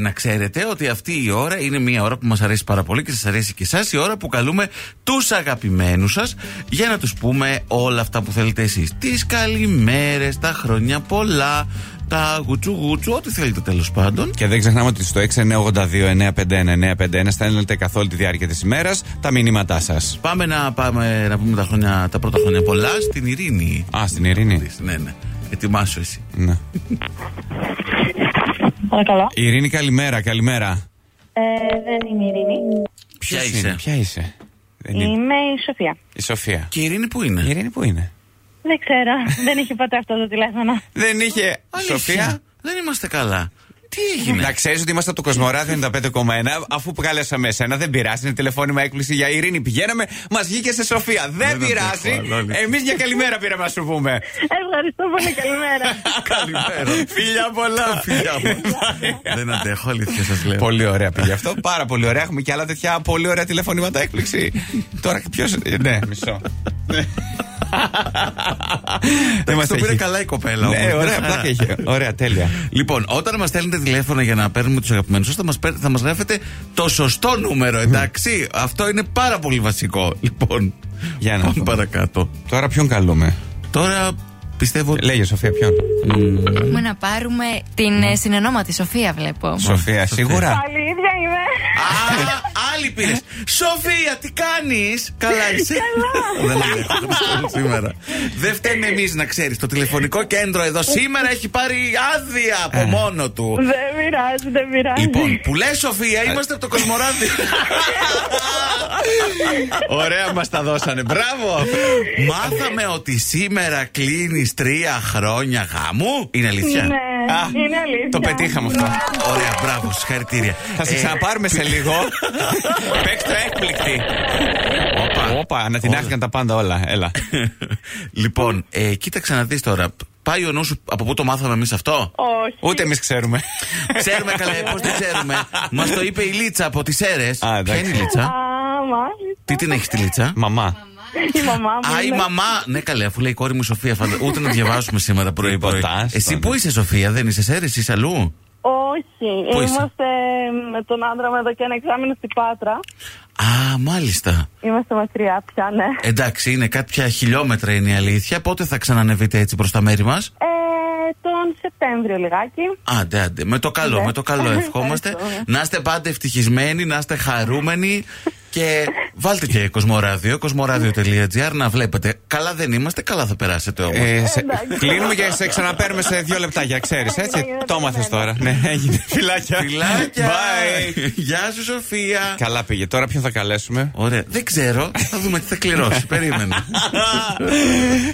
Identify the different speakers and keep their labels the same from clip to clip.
Speaker 1: Να ξέρετε ότι αυτή η ώρα είναι μια ώρα που μας αρέσει πάρα πολύ και σας αρέσει και εσάς η ώρα που καλούμε τους αγαπημένους σας για να τους πούμε όλα αυτά που θέλετε εσείς. Τις καλημέρες, τα χρόνια πολλά, τα γουτσουγούτσου, ό,τι θέλετε τέλος πάντων.
Speaker 2: Και δεν ξεχνάμε ότι στο 6982-951-951 στέλνετε καθ' όλη τη διάρκεια της ημέρας τα μηνύματά σας.
Speaker 1: Πάμε να, πάμε να πούμε τα, χρόνια, τα πρώτα χρόνια πολλά στην Ειρήνη.
Speaker 2: Α, στην Ειρήνη.
Speaker 1: Ναι, ναι. Ετοιμάσου εσύ.
Speaker 2: Ναι.
Speaker 3: Παρακαλώ.
Speaker 2: Ειρήνη, καλημέρα, καλημέρα.
Speaker 3: Ε, δεν είμαι η Ειρήνη.
Speaker 1: Ποια
Speaker 2: Ποιος
Speaker 1: είσαι.
Speaker 2: είναι, Ποια είσαι. Δεν είναι.
Speaker 3: Είμαι η Σοφία.
Speaker 2: Η Σοφία.
Speaker 1: Και η Ειρήνη που είναι.
Speaker 2: Η Ειρήνη που είναι.
Speaker 3: Δεν ξέρω. δεν έχει ποτέ αυτό το τηλέφωνο.
Speaker 2: Δεν είχε.
Speaker 1: Αλήθεια,
Speaker 2: Σοφία.
Speaker 1: δεν είμαστε καλά. Τι έγινε.
Speaker 2: Να ξέρεις ότι είμαστε από το Κοσμοράδιο 95,1. Αφού καλέσαμε εσένα, δεν πειράζει. Είναι τηλεφώνημα έκπληξη για Ειρήνη. Πηγαίναμε, μας βγήκε σε Σοφία. Δεν,
Speaker 1: Δεν
Speaker 2: πειράζει.
Speaker 1: αντέχω, αλήθεια.
Speaker 2: Εμεί για καλημέρα πήραμε, να σου πούμε.
Speaker 3: Ευχαριστώ πολύ. Καλημέρα.
Speaker 1: Καλημέρα.
Speaker 2: Φιλιά πολλά.
Speaker 1: Φιλιά μου. δεν αντέχω, αλήθεια σας λέω.
Speaker 2: Πολύ ωραία πήγε αυτό. Πάρα πολύ ωραία. Έχουμε και άλλα τέτοια πολύ ωραία τηλεφωνήματα έκπληξη. Τώρα ποιος. Ναι, μισό. Ναι. Δεν μας
Speaker 1: το πήρε
Speaker 2: έχει.
Speaker 1: καλά η κοπέλα.
Speaker 2: Ναι,
Speaker 1: όμως.
Speaker 2: ωραία, πλάκα είχε. Ωραία, τέλεια.
Speaker 1: Λοιπόν, όταν μας στέλνετε τηλέφωνα για να παίρνουμε τους αγαπημένους σας, θα μας θα μας γράφετε το σωστό νούμερο, εντάξει. Αυτό είναι πάρα πολύ βασικό. Λοιπόν,
Speaker 2: Για να
Speaker 1: πάμε
Speaker 2: δούμε.
Speaker 1: παρακάτω.
Speaker 2: Τώρα ποιον καλούμε.
Speaker 1: Τώρα πιστεύω. ότι-
Speaker 2: Λέγε Σοφία, ποιον.
Speaker 4: Θέλουμε να πάρουμε την ε, συνενόματη Σοφία, βλέπω.
Speaker 2: Σοφία, σίγουρα.
Speaker 3: Πάλι η ίδια είμαι.
Speaker 1: Α, άλλη πήρες. Σοφία, τι κάνεις. Καλά είσαι. Δεν αντέχω, δεν μπορώ σήμερα. Δεν φταίμε εμείς να ξέρεις. Το τηλεφωνικό κέντρο εδώ σήμερα έχει πάρει άδεια από μόνο του.
Speaker 3: Δεν πειράζει, δεν πειράζει.
Speaker 1: Λοιπόν, που λες Σοφία,
Speaker 2: Ε.
Speaker 1: είμαστε από το Κοσμοράδι.
Speaker 2: Ωραία, μας τα δώσανε. Μπράβο.
Speaker 1: Μάθαμε ότι σήμερα κλείνει τρία χρόνια γάμου. Είναι αλήθεια.
Speaker 3: Ναι,
Speaker 2: Α,
Speaker 3: είναι αλήθεια.
Speaker 2: Το πετύχαμε αυτό.
Speaker 1: Ωραία, μπράβο, συγχαρητήρια.
Speaker 2: Θα σε
Speaker 1: Ε,
Speaker 2: ξαναπάρουμε σε λίγο. Παίξτε έκπληκτη. Όπα, όπα, ανατινάχθηκαν τα πάντα όλα. Έλα.
Speaker 1: λοιπόν, ε, κοίταξε να δεις τώρα. Πάει ο νους σου από πού το μάθαμε εμείς αυτό.
Speaker 3: Όχι.
Speaker 2: Ούτε
Speaker 4: Ε.
Speaker 2: εμείς ξέρουμε.
Speaker 1: ξέρουμε καλά, πώς δεν ξέρουμε. Μας το είπε η Λίτσα από τις Έρες.
Speaker 2: Α, εντάξει.
Speaker 1: Ποια είναι η
Speaker 3: Α,
Speaker 1: Λίτσα.
Speaker 3: μάλιστα.
Speaker 1: Τι την έχει τη Λίτσα.
Speaker 2: Μαμά.
Speaker 3: Η μαμά μου.
Speaker 1: Α, η
Speaker 3: είναι.
Speaker 1: μαμά. Ναι, καλέ, αφού λέει η κόρη μου η Σοφία, φαντα... ούτε να διαβάσουμε σήμερα πρωί. πρωί.
Speaker 2: Τίποτα, άστο,
Speaker 1: Εσύ
Speaker 2: ναι.
Speaker 1: πού είσαι, Σοφία, δεν είσαι Σέρε, είσαι αλλού.
Speaker 3: Όχι.
Speaker 1: Πού είσαι?
Speaker 3: Είμαστε με τον άντρα μου εδώ και ένα εξάμεινο στην Πάτρα.
Speaker 1: Α, μάλιστα.
Speaker 3: Είμαστε μακριά πια, ναι.
Speaker 1: Εντάξει, είναι κάποια χιλιόμετρα είναι η αλήθεια. Πότε θα ξανανεβείτε έτσι προς τα μέρη μας.
Speaker 3: Ε, τον Σεπτέμβριο λιγάκι.
Speaker 1: Άντε, άντε. Με το καλό,
Speaker 3: Ναι.
Speaker 1: με το καλό ευχόμαστε.
Speaker 3: Ευχαριστώ.
Speaker 1: να είστε πάντα ευτυχισμένοι, να είστε χαρούμενοι. Και βάλτε και κοσμοράδιο, κοσμοράδιο.gr να βλέπετε. Καλά δεν είμαστε, καλά θα περάσετε όμως.
Speaker 2: Ε, σε-
Speaker 3: Εντάξει. Ε,
Speaker 2: κλείνουμε και σε ξαναπαίρνουμε σε δύο λεπτά για ξέρεις, έτσι.
Speaker 3: Εντάξει,
Speaker 2: Το μάθε
Speaker 3: εντάξει.
Speaker 2: τώρα. Ναι, έγινε. Φιλάκια.
Speaker 1: Φιλάκια!
Speaker 2: Bye.
Speaker 1: Γεια σου, Σοφία!
Speaker 2: Καλά πήγε. Τώρα ποιον θα καλέσουμε.
Speaker 1: Ωραία. Δεν ξέρω. Θα δούμε τι θα κληρώσει. Περίμενε.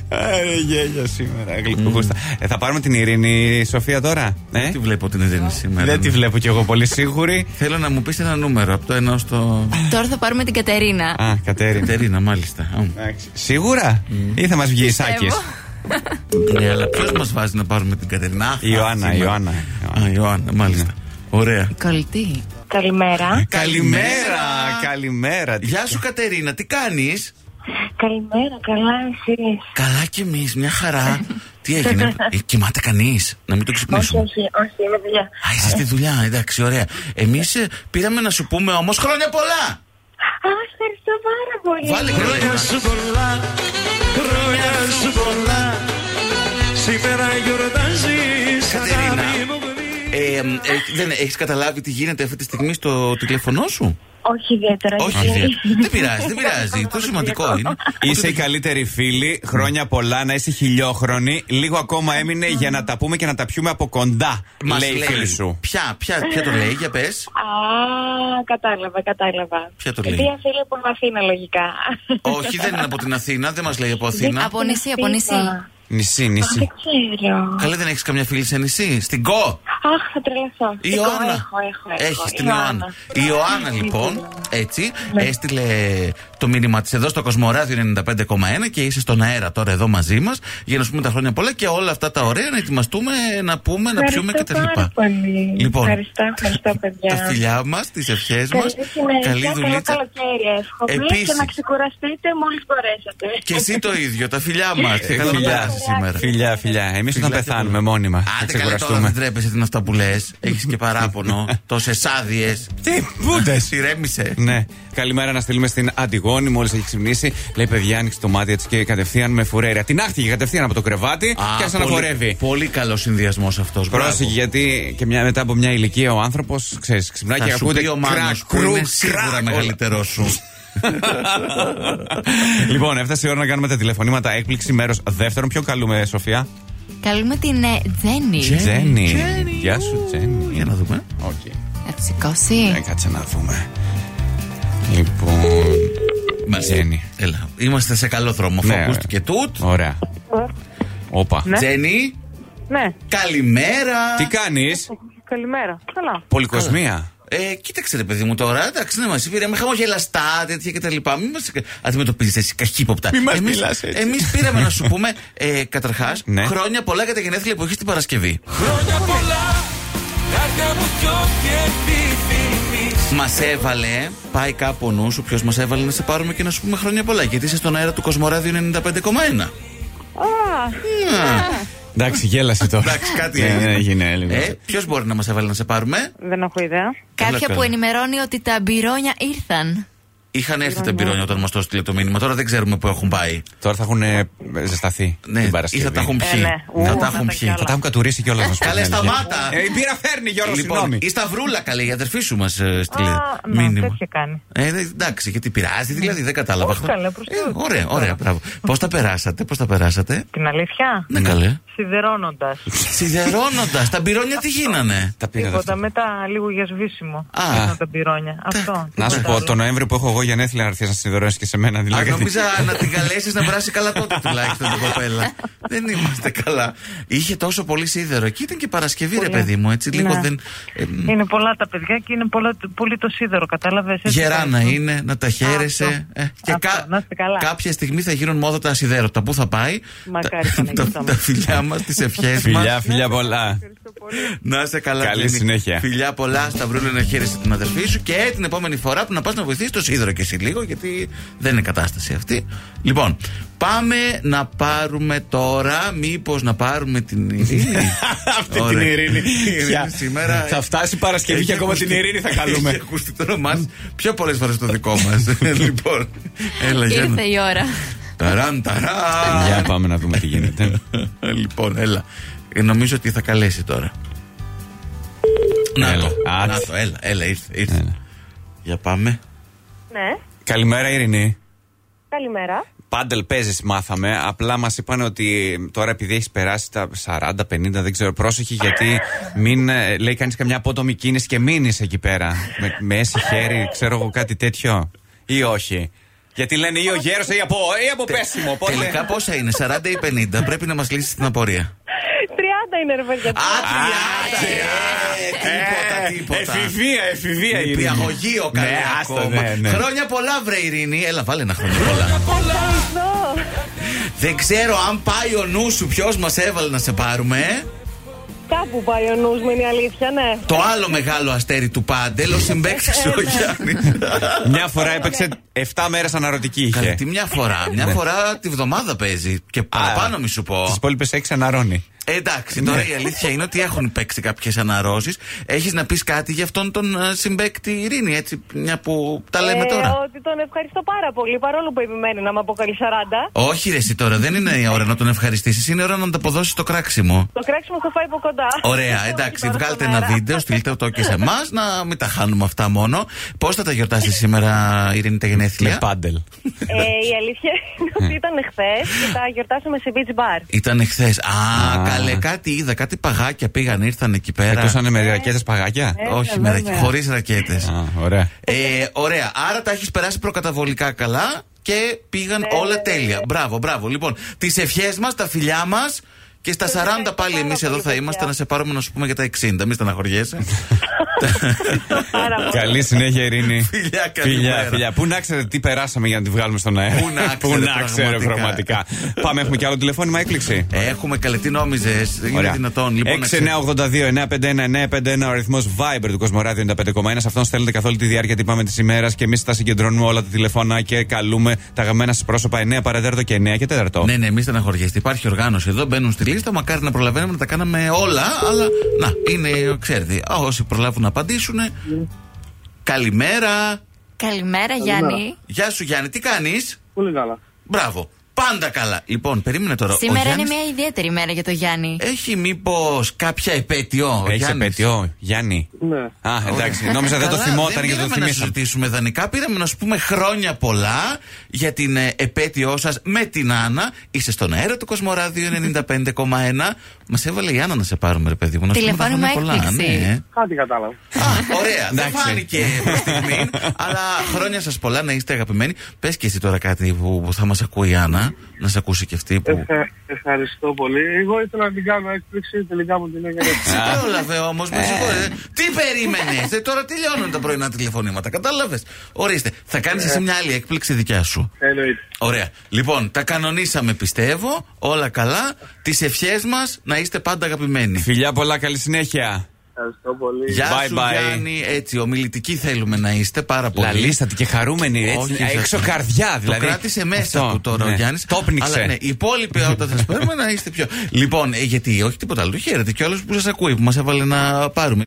Speaker 2: Άρα γέλια σήμερα. Γλυκούγούστα. Ε, θα πάρουμε την Ειρήνη Σοφία τώρα. Ε?
Speaker 1: Τι βλέπω την Ειρήνη σήμερα. ναι.
Speaker 2: Δεν τη βλέπω κι εγώ πολύ σίγουρη.
Speaker 1: Θέλω να μου πεις ένα νούμερο από το 1 στο.
Speaker 4: Τώρα θα πάρουμε την Κατερίνα.
Speaker 2: Α, Κατέρι.
Speaker 1: Τερίνα, μάλιστα. Ω.
Speaker 2: Σίγουρα ή θα μας βγει η Σάκη.
Speaker 4: Πιστεύω.
Speaker 1: Ναι, αλλά ποιος μας βάζει να πάρουμε την Κατερίνα. Αχ,
Speaker 2: Η Ιωάννα,
Speaker 1: αχ,
Speaker 2: η Ιωάννα. Ναι.
Speaker 1: Α, η Ιωάννα, μάλιστα. Ωραία.
Speaker 4: Κολλητή.
Speaker 3: Καλημέρα.
Speaker 2: Καλημέρα, καλημέρα.
Speaker 1: Γεια σου, Κατερίνα, τι κάνεις.
Speaker 3: Καλημέρα, καλά εσείς.
Speaker 1: Καλά κι εμείς, μια χαρά. τι έγινε, ε, κοιμάται κανείς, να μην το ξυπνήσουμε.
Speaker 3: όχι, όχι, είναι δουλειά.
Speaker 1: Α, είσαι στη δουλειά, εντάξει, ωραία. Εμείς πήραμε να σου πούμε όμως χρόνια πολλά!
Speaker 3: Α, ευχαριστώ πάρα πολύ.
Speaker 1: Βάλε χρόνια σου.
Speaker 5: πολλά, χρόνια σου πολλά. Σήμερα γιορτάζεις
Speaker 1: Κατερίνα.
Speaker 5: αγάπη μου γλυκιά.
Speaker 1: Ε, ε, δεν έχεις καταλάβει τι γίνεται αυτή τη στιγμή στο τηλέφωνό σου.
Speaker 3: Όχι ιδιαίτερα.
Speaker 1: Όχι,
Speaker 3: γιατί-
Speaker 1: δεν- δεν πειράζει, δεν πειράζει. Το σημαντικό είναι.
Speaker 2: Είσαι η καλύτερη φίλη. Χρόνια πολλά, να είσαι χιλιόχρονη. Λίγο ακόμα έμεινε για να τα πούμε και να τα πιούμε από κοντά.
Speaker 1: Μας
Speaker 2: λέει η φίλη σου.
Speaker 1: Ποια, ποια, ποια το λέει, για πες.
Speaker 3: Α, κατάλαβα, κατάλαβα.
Speaker 1: Ποια το λέει?
Speaker 3: Μία φίλη από την Αθήνα, λογικά.
Speaker 1: Όχι, δεν είναι από την Αθήνα, δεν μας λέει από
Speaker 4: Δεν-
Speaker 1: Αθήνα.
Speaker 4: από νησί, από νησί.
Speaker 3: Αθήνα.
Speaker 2: Νησί,
Speaker 3: Δεν
Speaker 2: νησί.
Speaker 3: ξέρω.
Speaker 1: Καλά, δεν έχεις καμιά φίλη σε νησί. Στην Κο!
Speaker 3: Αχ, θα τρελαθώ.
Speaker 1: Η
Speaker 3: Εγώ
Speaker 1: Ιωάννα.
Speaker 3: Έχω, έχω, έχω.
Speaker 1: Έχεις την Ιωάννα. Η Ιωάννα, λοιπόν, έτσι,
Speaker 3: Ναι.
Speaker 1: έστειλε το μήνυμα της εδώ στο Κοσμοράδιο 95,1 και είσαι στον αέρα τώρα εδώ μαζί μας για να σου πούμε τα χρόνια πολλά και όλα αυτά τα ωραία να ετοιμαστούμε, να πούμε, να
Speaker 3: Ευχαριστώ
Speaker 1: πιούμε κτλ.
Speaker 3: πάρα πολύ.
Speaker 1: Λοιπόν,
Speaker 3: Ευχαριστώ, ευχαριστώ, παιδιά.
Speaker 1: τα φιλιά μας, τις ευχές μα.
Speaker 3: Καλή συνέχεια,
Speaker 1: Καλή
Speaker 3: Καλό
Speaker 1: δουλίτσα.
Speaker 3: καλοκαίρι, εύχομαι. Και
Speaker 1: Επίσης.
Speaker 3: να ξεκουραστείτε μόλις μπορέσετε.
Speaker 1: Και εσύ το ίδιο, τα φιλιά μας.
Speaker 2: Ε,
Speaker 1: Καλό να
Speaker 2: φιλιά.
Speaker 1: περάσεις. σήμερα.
Speaker 2: Φιλιά, φιλιά. Εμείς
Speaker 1: Φιλιά
Speaker 2: όταν
Speaker 1: και
Speaker 2: πεθάνουμε
Speaker 1: πολλά.
Speaker 2: μόνοι μας. Θα
Speaker 1: Άντε καλά τώρα δεν
Speaker 2: ξεκουραστούμε.
Speaker 1: τρέπεσαι την αυτά που λες. Έχεις και παράπονο. Τόσες άδειες.
Speaker 2: Τι, πούντε.
Speaker 1: Συρέμισε.
Speaker 2: Ναι. Καλημέρα να στείλουμε στην Αντιγόνη, μόλις έχει ξυπνήσει. Λέει παιδιά, άνοιξε το μάτι έτσι και κατευθείαν με φουρέρια. Την άχτηκε κατευθείαν από το κρεβάτι και άρχισε να
Speaker 1: πολύ-
Speaker 2: χορεύει.
Speaker 1: Πολύ καλός συνδυασμός αυτός.
Speaker 2: Πρόσεχε γιατί και μια, μετά από μια ηλικία ο άνθρωπος, ξέρεις, ξυπνάει και
Speaker 1: Θα σου
Speaker 2: ακούγεται
Speaker 1: πει ο Μάνος
Speaker 2: κρακ,
Speaker 1: που
Speaker 2: κρουκ,
Speaker 1: είναι σίγουρα
Speaker 2: κρακ,
Speaker 1: μεγαλύτερός σου.
Speaker 2: λοιπόν, έφτασε η ώρα να κάνουμε τα τηλεφωνήματα έκπληξη μέρος δεύτερον. Ποιο καλούμε, Σοφία.
Speaker 4: Καλούμε την ε, Τζέννη.
Speaker 2: Τζένι. Γεια σου, Τζένι.
Speaker 1: Για να δούμε.
Speaker 2: Okay.
Speaker 4: Θα τη
Speaker 1: Ναι,
Speaker 4: σηκώσει.
Speaker 2: Ε. κάτσε να δούμε. Λοιπόν.
Speaker 1: Μάλιστα.
Speaker 2: Τζένι.
Speaker 1: Έλα. Είμαστε σε καλό δρόμο. Αφού
Speaker 2: Ναι.
Speaker 1: ακούστηκε τούτ.
Speaker 2: Ωραία. Όπα.
Speaker 3: Ναι.
Speaker 1: Τζένι,
Speaker 3: Ε, Ναι.
Speaker 1: καλημέρα.
Speaker 2: Τι κάνεις,
Speaker 3: Καλημέρα. Καλά.
Speaker 2: Πολυκοσμία.
Speaker 1: Ε, κοίταξε ρε παιδί μου τώρα, εντάξει, ναι, μας πήραμε χαμογελαστά, τέτοια κτλ. Μην μας αντιμετωπίζεις εσύ καχύποπτα.
Speaker 2: Μη μας
Speaker 1: Εμείς-
Speaker 2: μιλάς έτσι.
Speaker 1: εμείς πήραμε να σου πούμε, ε, καταρχάς,
Speaker 2: Ναι.
Speaker 1: χρόνια πολλά για τα γενέθλια που έχεις την Παρασκευή.
Speaker 6: Χρόνια πολλά, καρδιά μου κι ό,τι επιθυμείς
Speaker 1: Μας έβαλε, πάει κάπου ο νους σου, ποιος μας έβαλε να σε πάρουμε και να σου πούμε χρόνια πολλά. Γιατί είσαι στον αέρα του Κοσμοράδιου 95,1.
Speaker 2: Εντάξει, γέλασε τώρα.
Speaker 1: Εντάξει, κάτι
Speaker 2: Ναι, ναι,
Speaker 1: έγινε.
Speaker 2: έγινε λίγο.
Speaker 1: Ε, ποιος μπορεί να μας έβαλε να σε πάρουμε.
Speaker 3: Δεν έχω ιδέα.
Speaker 4: Κάποια που
Speaker 1: καλά.
Speaker 4: ενημερώνει ότι τα μπυρόνια ήρθαν.
Speaker 1: Είχαν έρθει τα μπυρόνια όταν μας το έστειλε το μήνυμα. Τώρα δεν ξέρουμε που έχουν πάει.
Speaker 2: Τώρα θα έχουν ε, ζεσταθεί
Speaker 1: Ναι,
Speaker 2: την
Speaker 1: ή
Speaker 2: Παρασκευή.
Speaker 1: θα τα έχουν
Speaker 3: Ε,
Speaker 1: πιει.
Speaker 3: ναι. Ου,
Speaker 1: Θα
Speaker 3: θα
Speaker 1: τα
Speaker 3: τα
Speaker 1: έχουν πιει.
Speaker 3: καλά.
Speaker 2: Θα τα έχουν κατουρίσει κιόλας μα.
Speaker 1: Καλέ, σταμάτα!
Speaker 2: Ε, η πύρα φέρνει, Γιώργο,
Speaker 1: Λοιπόν,
Speaker 2: συγγνώμη.
Speaker 1: η Σταυρούλα καλέ, η αδερφή σου μας στείλε
Speaker 3: Α, ναι,
Speaker 1: μήνυμα.
Speaker 3: τέτοια κάνει.
Speaker 1: Ε, δε- εντάξει, γιατί πειράζει, δηλαδή δεν κατάλαβα.
Speaker 3: Όχι, καλέ, προς
Speaker 1: Ε,
Speaker 3: Θεού.
Speaker 1: ωραία, ωραία, μπράβο. Πώς τα περάσατε, πώς τα περάσατε.
Speaker 3: Την αλήθεια.
Speaker 1: Ναι, καλέ.
Speaker 3: Σιδερώνοντας.
Speaker 1: Σιδερώνοντας, τα μπυρόνια τι γίνανε.
Speaker 2: Τα πήγα
Speaker 3: Τίποτα
Speaker 2: αυτά.
Speaker 3: μετά λίγο για σβήσιμο.
Speaker 1: Α.
Speaker 3: Γίνονται τα πυρόνια. Αυτό.
Speaker 2: Να σου
Speaker 3: τίποτα
Speaker 2: πω,
Speaker 3: άλλο.
Speaker 2: το Νοέμβριο που έχω εγώ για να έρθεις να σιδερώσει και σε μένα.
Speaker 1: Αν
Speaker 2: Δηλαδή.
Speaker 1: νόμιζα να την καλέσεις να περάσει καλά τότε τουλάχιστον την κοπέλα. δεν είμαστε καλά. Είχε τόσο πολύ σίδερο εκεί, ήταν και Παρασκευή, ρε
Speaker 3: Πολύ.
Speaker 1: παιδί μου, έτσι. Λίγο
Speaker 3: Ναι.
Speaker 1: δεν. ε, μ,
Speaker 3: Είναι πολλά τα παιδιά και είναι πολλά, πολύ το σίδερο, κατάλαβες.
Speaker 1: Γερά να είναι, να τα χαίρεσαι.
Speaker 3: Αυτό.
Speaker 1: Ε, και
Speaker 3: Αυτό, να είστε καλά.
Speaker 1: κάποια στιγμή θα γίνουν μόδα τα ασυδέρωτα. Πού θα πάει.
Speaker 3: Μακάρι,
Speaker 1: τα,
Speaker 3: Παναγιώτα
Speaker 1: τα-
Speaker 3: μου.
Speaker 1: τα φιλιά μας, τις ευχές μας.
Speaker 2: Φιλιά, φιλιά πολλά.
Speaker 1: Να είσαι καλά,
Speaker 2: Καλή
Speaker 1: Κλίνη.
Speaker 2: συνέχεια.
Speaker 1: Φιλιά πολλά, Σταυρούλα να χαίρεσαι την αδερφή σου και την επόμενη φορά που να πας να βοηθήσεις το σίδερο και εσύ λίγο, γιατί δεν είναι κατάσταση αυτή. Λοιπόν, πάμε να πάρουμε τώρα, μήπως να πάρουμε την Ειρήνη.
Speaker 2: Αυτή την
Speaker 1: Ωραία.
Speaker 2: ειρήνη.
Speaker 1: Η ειρήνη
Speaker 2: Πια.
Speaker 1: σήμερα
Speaker 2: Θα φτάσει η Παρασκευή και
Speaker 1: Έχει
Speaker 2: ακόμα
Speaker 1: ακουστεί-
Speaker 2: την ειρήνη θα καλούμε.
Speaker 1: Έχει ακουστεί το όνομά της πιο πολλές φορές το δικό μας. λοιπόν, έλα για να.
Speaker 4: Ήρθε η ώρα.
Speaker 1: Ταράν, ταράν.
Speaker 2: Για πάμε να δούμε τι γίνεται.
Speaker 1: λοιπόν, έλα. Ε, Νομίζω ότι θα καλέσει τώρα. Να
Speaker 2: Έλα.
Speaker 1: το,
Speaker 2: Άτ.
Speaker 1: να το, έλα, έλα, ήρθε, ήρθε.
Speaker 2: Έλα.
Speaker 1: Για πάμε.
Speaker 7: Ναι,
Speaker 2: Καλημέρα, Ειρηνή.
Speaker 7: καλημέρα.
Speaker 2: Πάντελ παίζεις, μάθαμε. Απλά μας είπαν ότι τώρα επειδή έχεις περάσει τα 40-50, δεν ξέρω, πρόσεχε γιατί μην ε, λέει κανείς καμιά απότομη κίνηση και μείνεις εκεί πέρα. Με, με έσυ χέρι, ξέρω εγώ κάτι τέτοιο. Ή όχι. Γιατί λένε ή ο γέρος ή από, ή από πέσιμο. Οπότε...
Speaker 1: Τελικά πόσα είναι, 40 ή 50, πρέπει να μας λύσεις την απορία.
Speaker 7: 30 είναι ρε παιδιά.
Speaker 1: Άτρια!
Speaker 2: Ε,
Speaker 1: Τίποτα, τίποτα.
Speaker 2: Εφηβεία, εφηβεία η
Speaker 1: Νηπιαγωγείο Ε, καλέ
Speaker 2: Ε, Ναι, άστο,
Speaker 1: ακόμα.
Speaker 2: ναι, ναι.
Speaker 1: Χρόνια πολλά βρε Ειρήνη, έλα βάλε ένα χρόνια πολλά.
Speaker 7: Εδώ.
Speaker 1: Δεν ξέρω αν πάει ο νους σου ποιος μας έβαλε να σε πάρουμε. ε.
Speaker 7: Κάπου πάει ο νους μου, είναι η αλήθεια, ναι.
Speaker 1: Το άλλο μεγάλο αστέρι του πάντελ, ο συμπέκτη ο Γιάννη.
Speaker 2: Μια φορά έπαιξε 7 μέρες αναρωτική
Speaker 1: Καλή,
Speaker 2: είχε.
Speaker 1: τη μια φορά. Μια φορά τη βδομάδα παίζει. Και παραπάνω, μη σου
Speaker 2: Τι
Speaker 1: πω.
Speaker 2: υπόλοιπε 6 αναρώνει.
Speaker 1: Ε, Εντάξει, τώρα η αλήθεια είναι ότι έχουν παίξει κάποιες αναρρώσεις. Έχεις να πεις κάτι για αυτόν τον ε, συμπέκτη Ειρήνη, έτσι, μια που τα λέμε
Speaker 7: Ε,
Speaker 1: τώρα.
Speaker 7: Ότι τον ευχαριστώ πάρα πολύ, παρόλο που επιμένει να με αποκαλεί 40.
Speaker 1: Όχι, ρε, εσύ τώρα δεν είναι η ώρα να τον ευχαριστήσεις, είναι η ώρα να ανταποδώσει το κράξιμο.
Speaker 7: Το κράξιμο θα φάει από κοντά.
Speaker 1: Ωραία, εντάξει, βγάλτε ένα βίντεο, στείλτε το και σε εμάς, να μην τα χάνουμε αυτά μόνο. Πώς θα τα γιορτάσετε σήμερα, Ειρήνη, τα γενέθλια.
Speaker 2: Με πάντελ.
Speaker 7: Ε, η αλήθεια είναι ότι ήταν χθες και τα γιορτάσαμε σε beach bar.
Speaker 1: Ήταν εχθέ. Α,
Speaker 2: Α.
Speaker 1: καλέ, κάτι είδα, κάτι παγάκια πήγαν, ήρθαν εκεί πέρα.
Speaker 2: Εκτούσανε με ρακέτε παγάκια.
Speaker 7: Ε.
Speaker 1: Όχι, με ρακέ, χωρίς ρακέτες.
Speaker 2: Α, ωραία.
Speaker 1: Ε, ωραία. Άρα τα έχεις περάσει προκαταβολικά
Speaker 7: Ε,
Speaker 1: καλά και πήγαν όλα τέλεια. Μπράβο, μπράβο. Λοιπόν, τις ευχές μας, τα φιλιά μας Και στα 40
Speaker 7: ευχαριστώ
Speaker 1: πάλι
Speaker 7: πάρα
Speaker 1: εμείς
Speaker 7: πολύ,
Speaker 1: εδώ θα
Speaker 7: παιδιά.
Speaker 1: είμαστε να σε πάρουμε να σου πούμε για τα 60. Μη στεναχωριέσαι.
Speaker 7: Πάρα πολύ.
Speaker 2: Καλή συνέχεια, Ειρήνη.
Speaker 1: Φιλιά, καλή
Speaker 2: Φιλιά,
Speaker 1: μέρα.
Speaker 2: φιλιά. Πού να ξέρετε τι περάσαμε για να τη βγάλουμε στον αέρα.
Speaker 1: Πού να
Speaker 2: Πού
Speaker 1: ξέρετε
Speaker 2: να ξέρω
Speaker 1: πραγματικά.
Speaker 2: πραγματικά. Πάμε, έχουμε και άλλο τηλεφώνημα έκπληξη.
Speaker 1: Έχουμε καλέ, τι νόμιζε. Είναι δυνατόν. Λοιπόν, να ξέρεις.
Speaker 2: 6-9-82-951-951 ο αριθμός Viber του Κοσμοράδιο 95,1. Σε αυτόν στέλνετε καθ' όλη τη διάρκεια την πάμε της ημέρας και εμείς τα συγκεντρώνουμε όλα τα τηλεφώνα και καλούμε τα γαμμένα σας πρόσωπα 9 παρατέταρτο και 9 και 4.
Speaker 1: Ναι, ναι, μη στεναχωριέστε. Υπάρχει οργάνωση εδώ, μπαίνουν στη λίστα. Μακάρι να προλαβαίνουμε να τα κάναμε όλα, αλλά να, είναι, ξέρετε, α, όσοι προλάβουν να απαντήσουν. Καλημέρα.
Speaker 4: Καλημέρα, Γιάννη.
Speaker 1: Γεια σου, Γιάννη, τι κάνεις.
Speaker 8: Πολύ καλά.
Speaker 1: Μπράβο. Πάντα καλά. Λοιπόν, περίμενε τώρα. Ο
Speaker 4: Σήμερα είναι
Speaker 1: Γιάννης
Speaker 4: μια ιδιαίτερη μέρα για το Γιάννη.
Speaker 1: Έχει μήπως κάποια επέτειο.
Speaker 2: Έχεις
Speaker 1: Γιάννης?
Speaker 2: επέτειο, Γιάννη.
Speaker 8: Ναι.
Speaker 2: Α, εντάξει, Ε, νόμιζα δεν το
Speaker 1: Καλά,
Speaker 2: θυμόταν
Speaker 1: δεν
Speaker 2: και το
Speaker 1: πήραμε να
Speaker 2: θυμήσαμε.
Speaker 1: συζητήσουμε δανεικά. Πήραμε να σου πούμε χρόνια πολλά για την ε, επέτειό σας με την Άννα. Είσαι στον αέρα του Κοσμοράδιου 95,1. Μας έβαλε η Άννα να σε πάρουμε, ρε παιδί μου. Να σου πούμε τα
Speaker 4: Τηλεφώνημα
Speaker 1: χρόνια
Speaker 4: έκπληξη.
Speaker 1: Ναι.
Speaker 8: Κάτι κατάλαβα.
Speaker 1: Α, ωραία, δεν
Speaker 2: Εντάξει.
Speaker 1: φάνηκε προς στιγμή. Αλλά χρόνια σας πολλά να είστε αγαπημένοι. Πες και εσύ τώρα κάτι που, που θα μας ακούει η Άννα, να σε ακούσει και αυτή που.
Speaker 8: Ευχα- Ε, ευχαριστώ πολύ. Εγώ ήθελα να την κάνω έκπληξη, τελικά μου την έκανε.
Speaker 1: Σε πρόλαβε όμω,
Speaker 2: Ε.
Speaker 1: με συγχωρείτε. Τι περίμενες, τώρα τελειώνουν τα πρωινά τηλεφωνήματα. Κατάλαβες. Ορίστε, θα κάνεις
Speaker 2: Ε.
Speaker 1: εσύ μια άλλη έκπληξη δικιά σου.
Speaker 8: Εννοείται.
Speaker 1: Ωραία. Λοιπόν, τα κανονίσαμε πιστεύω. Όλα καλά. Τις ευχές μας να είστε πάντα αγαπημένοι.
Speaker 2: Φιλιά, πολλά καλή συνέχεια.
Speaker 8: Ευχαριστώ πολύ.
Speaker 1: Γεια
Speaker 2: Bye
Speaker 1: σου,
Speaker 2: bye.
Speaker 1: Γιάννη. Έτσι, ομιλητικοί θέλουμε να είστε πάρα πολύ.
Speaker 2: Λαλίστατη και χαρούμενη, έτσι.
Speaker 1: Όχι,
Speaker 2: έξω
Speaker 1: σας-
Speaker 2: καρδιά, δηλαδή.
Speaker 1: Το κράτησε μέσα
Speaker 2: Αυτό,
Speaker 1: του τώρα
Speaker 2: ναι.
Speaker 1: ο Γιάννη.
Speaker 2: Το πνίξε.
Speaker 1: Αλλά ναι, οι υπόλοιποι όταν θα σας παίρνουμε να είστε πιο. Λοιπόν, ε, γιατί όχι τίποτα άλλο. Το χαίρετε και όλου που σας ακούει, που μας έβαλε να πάρουμε.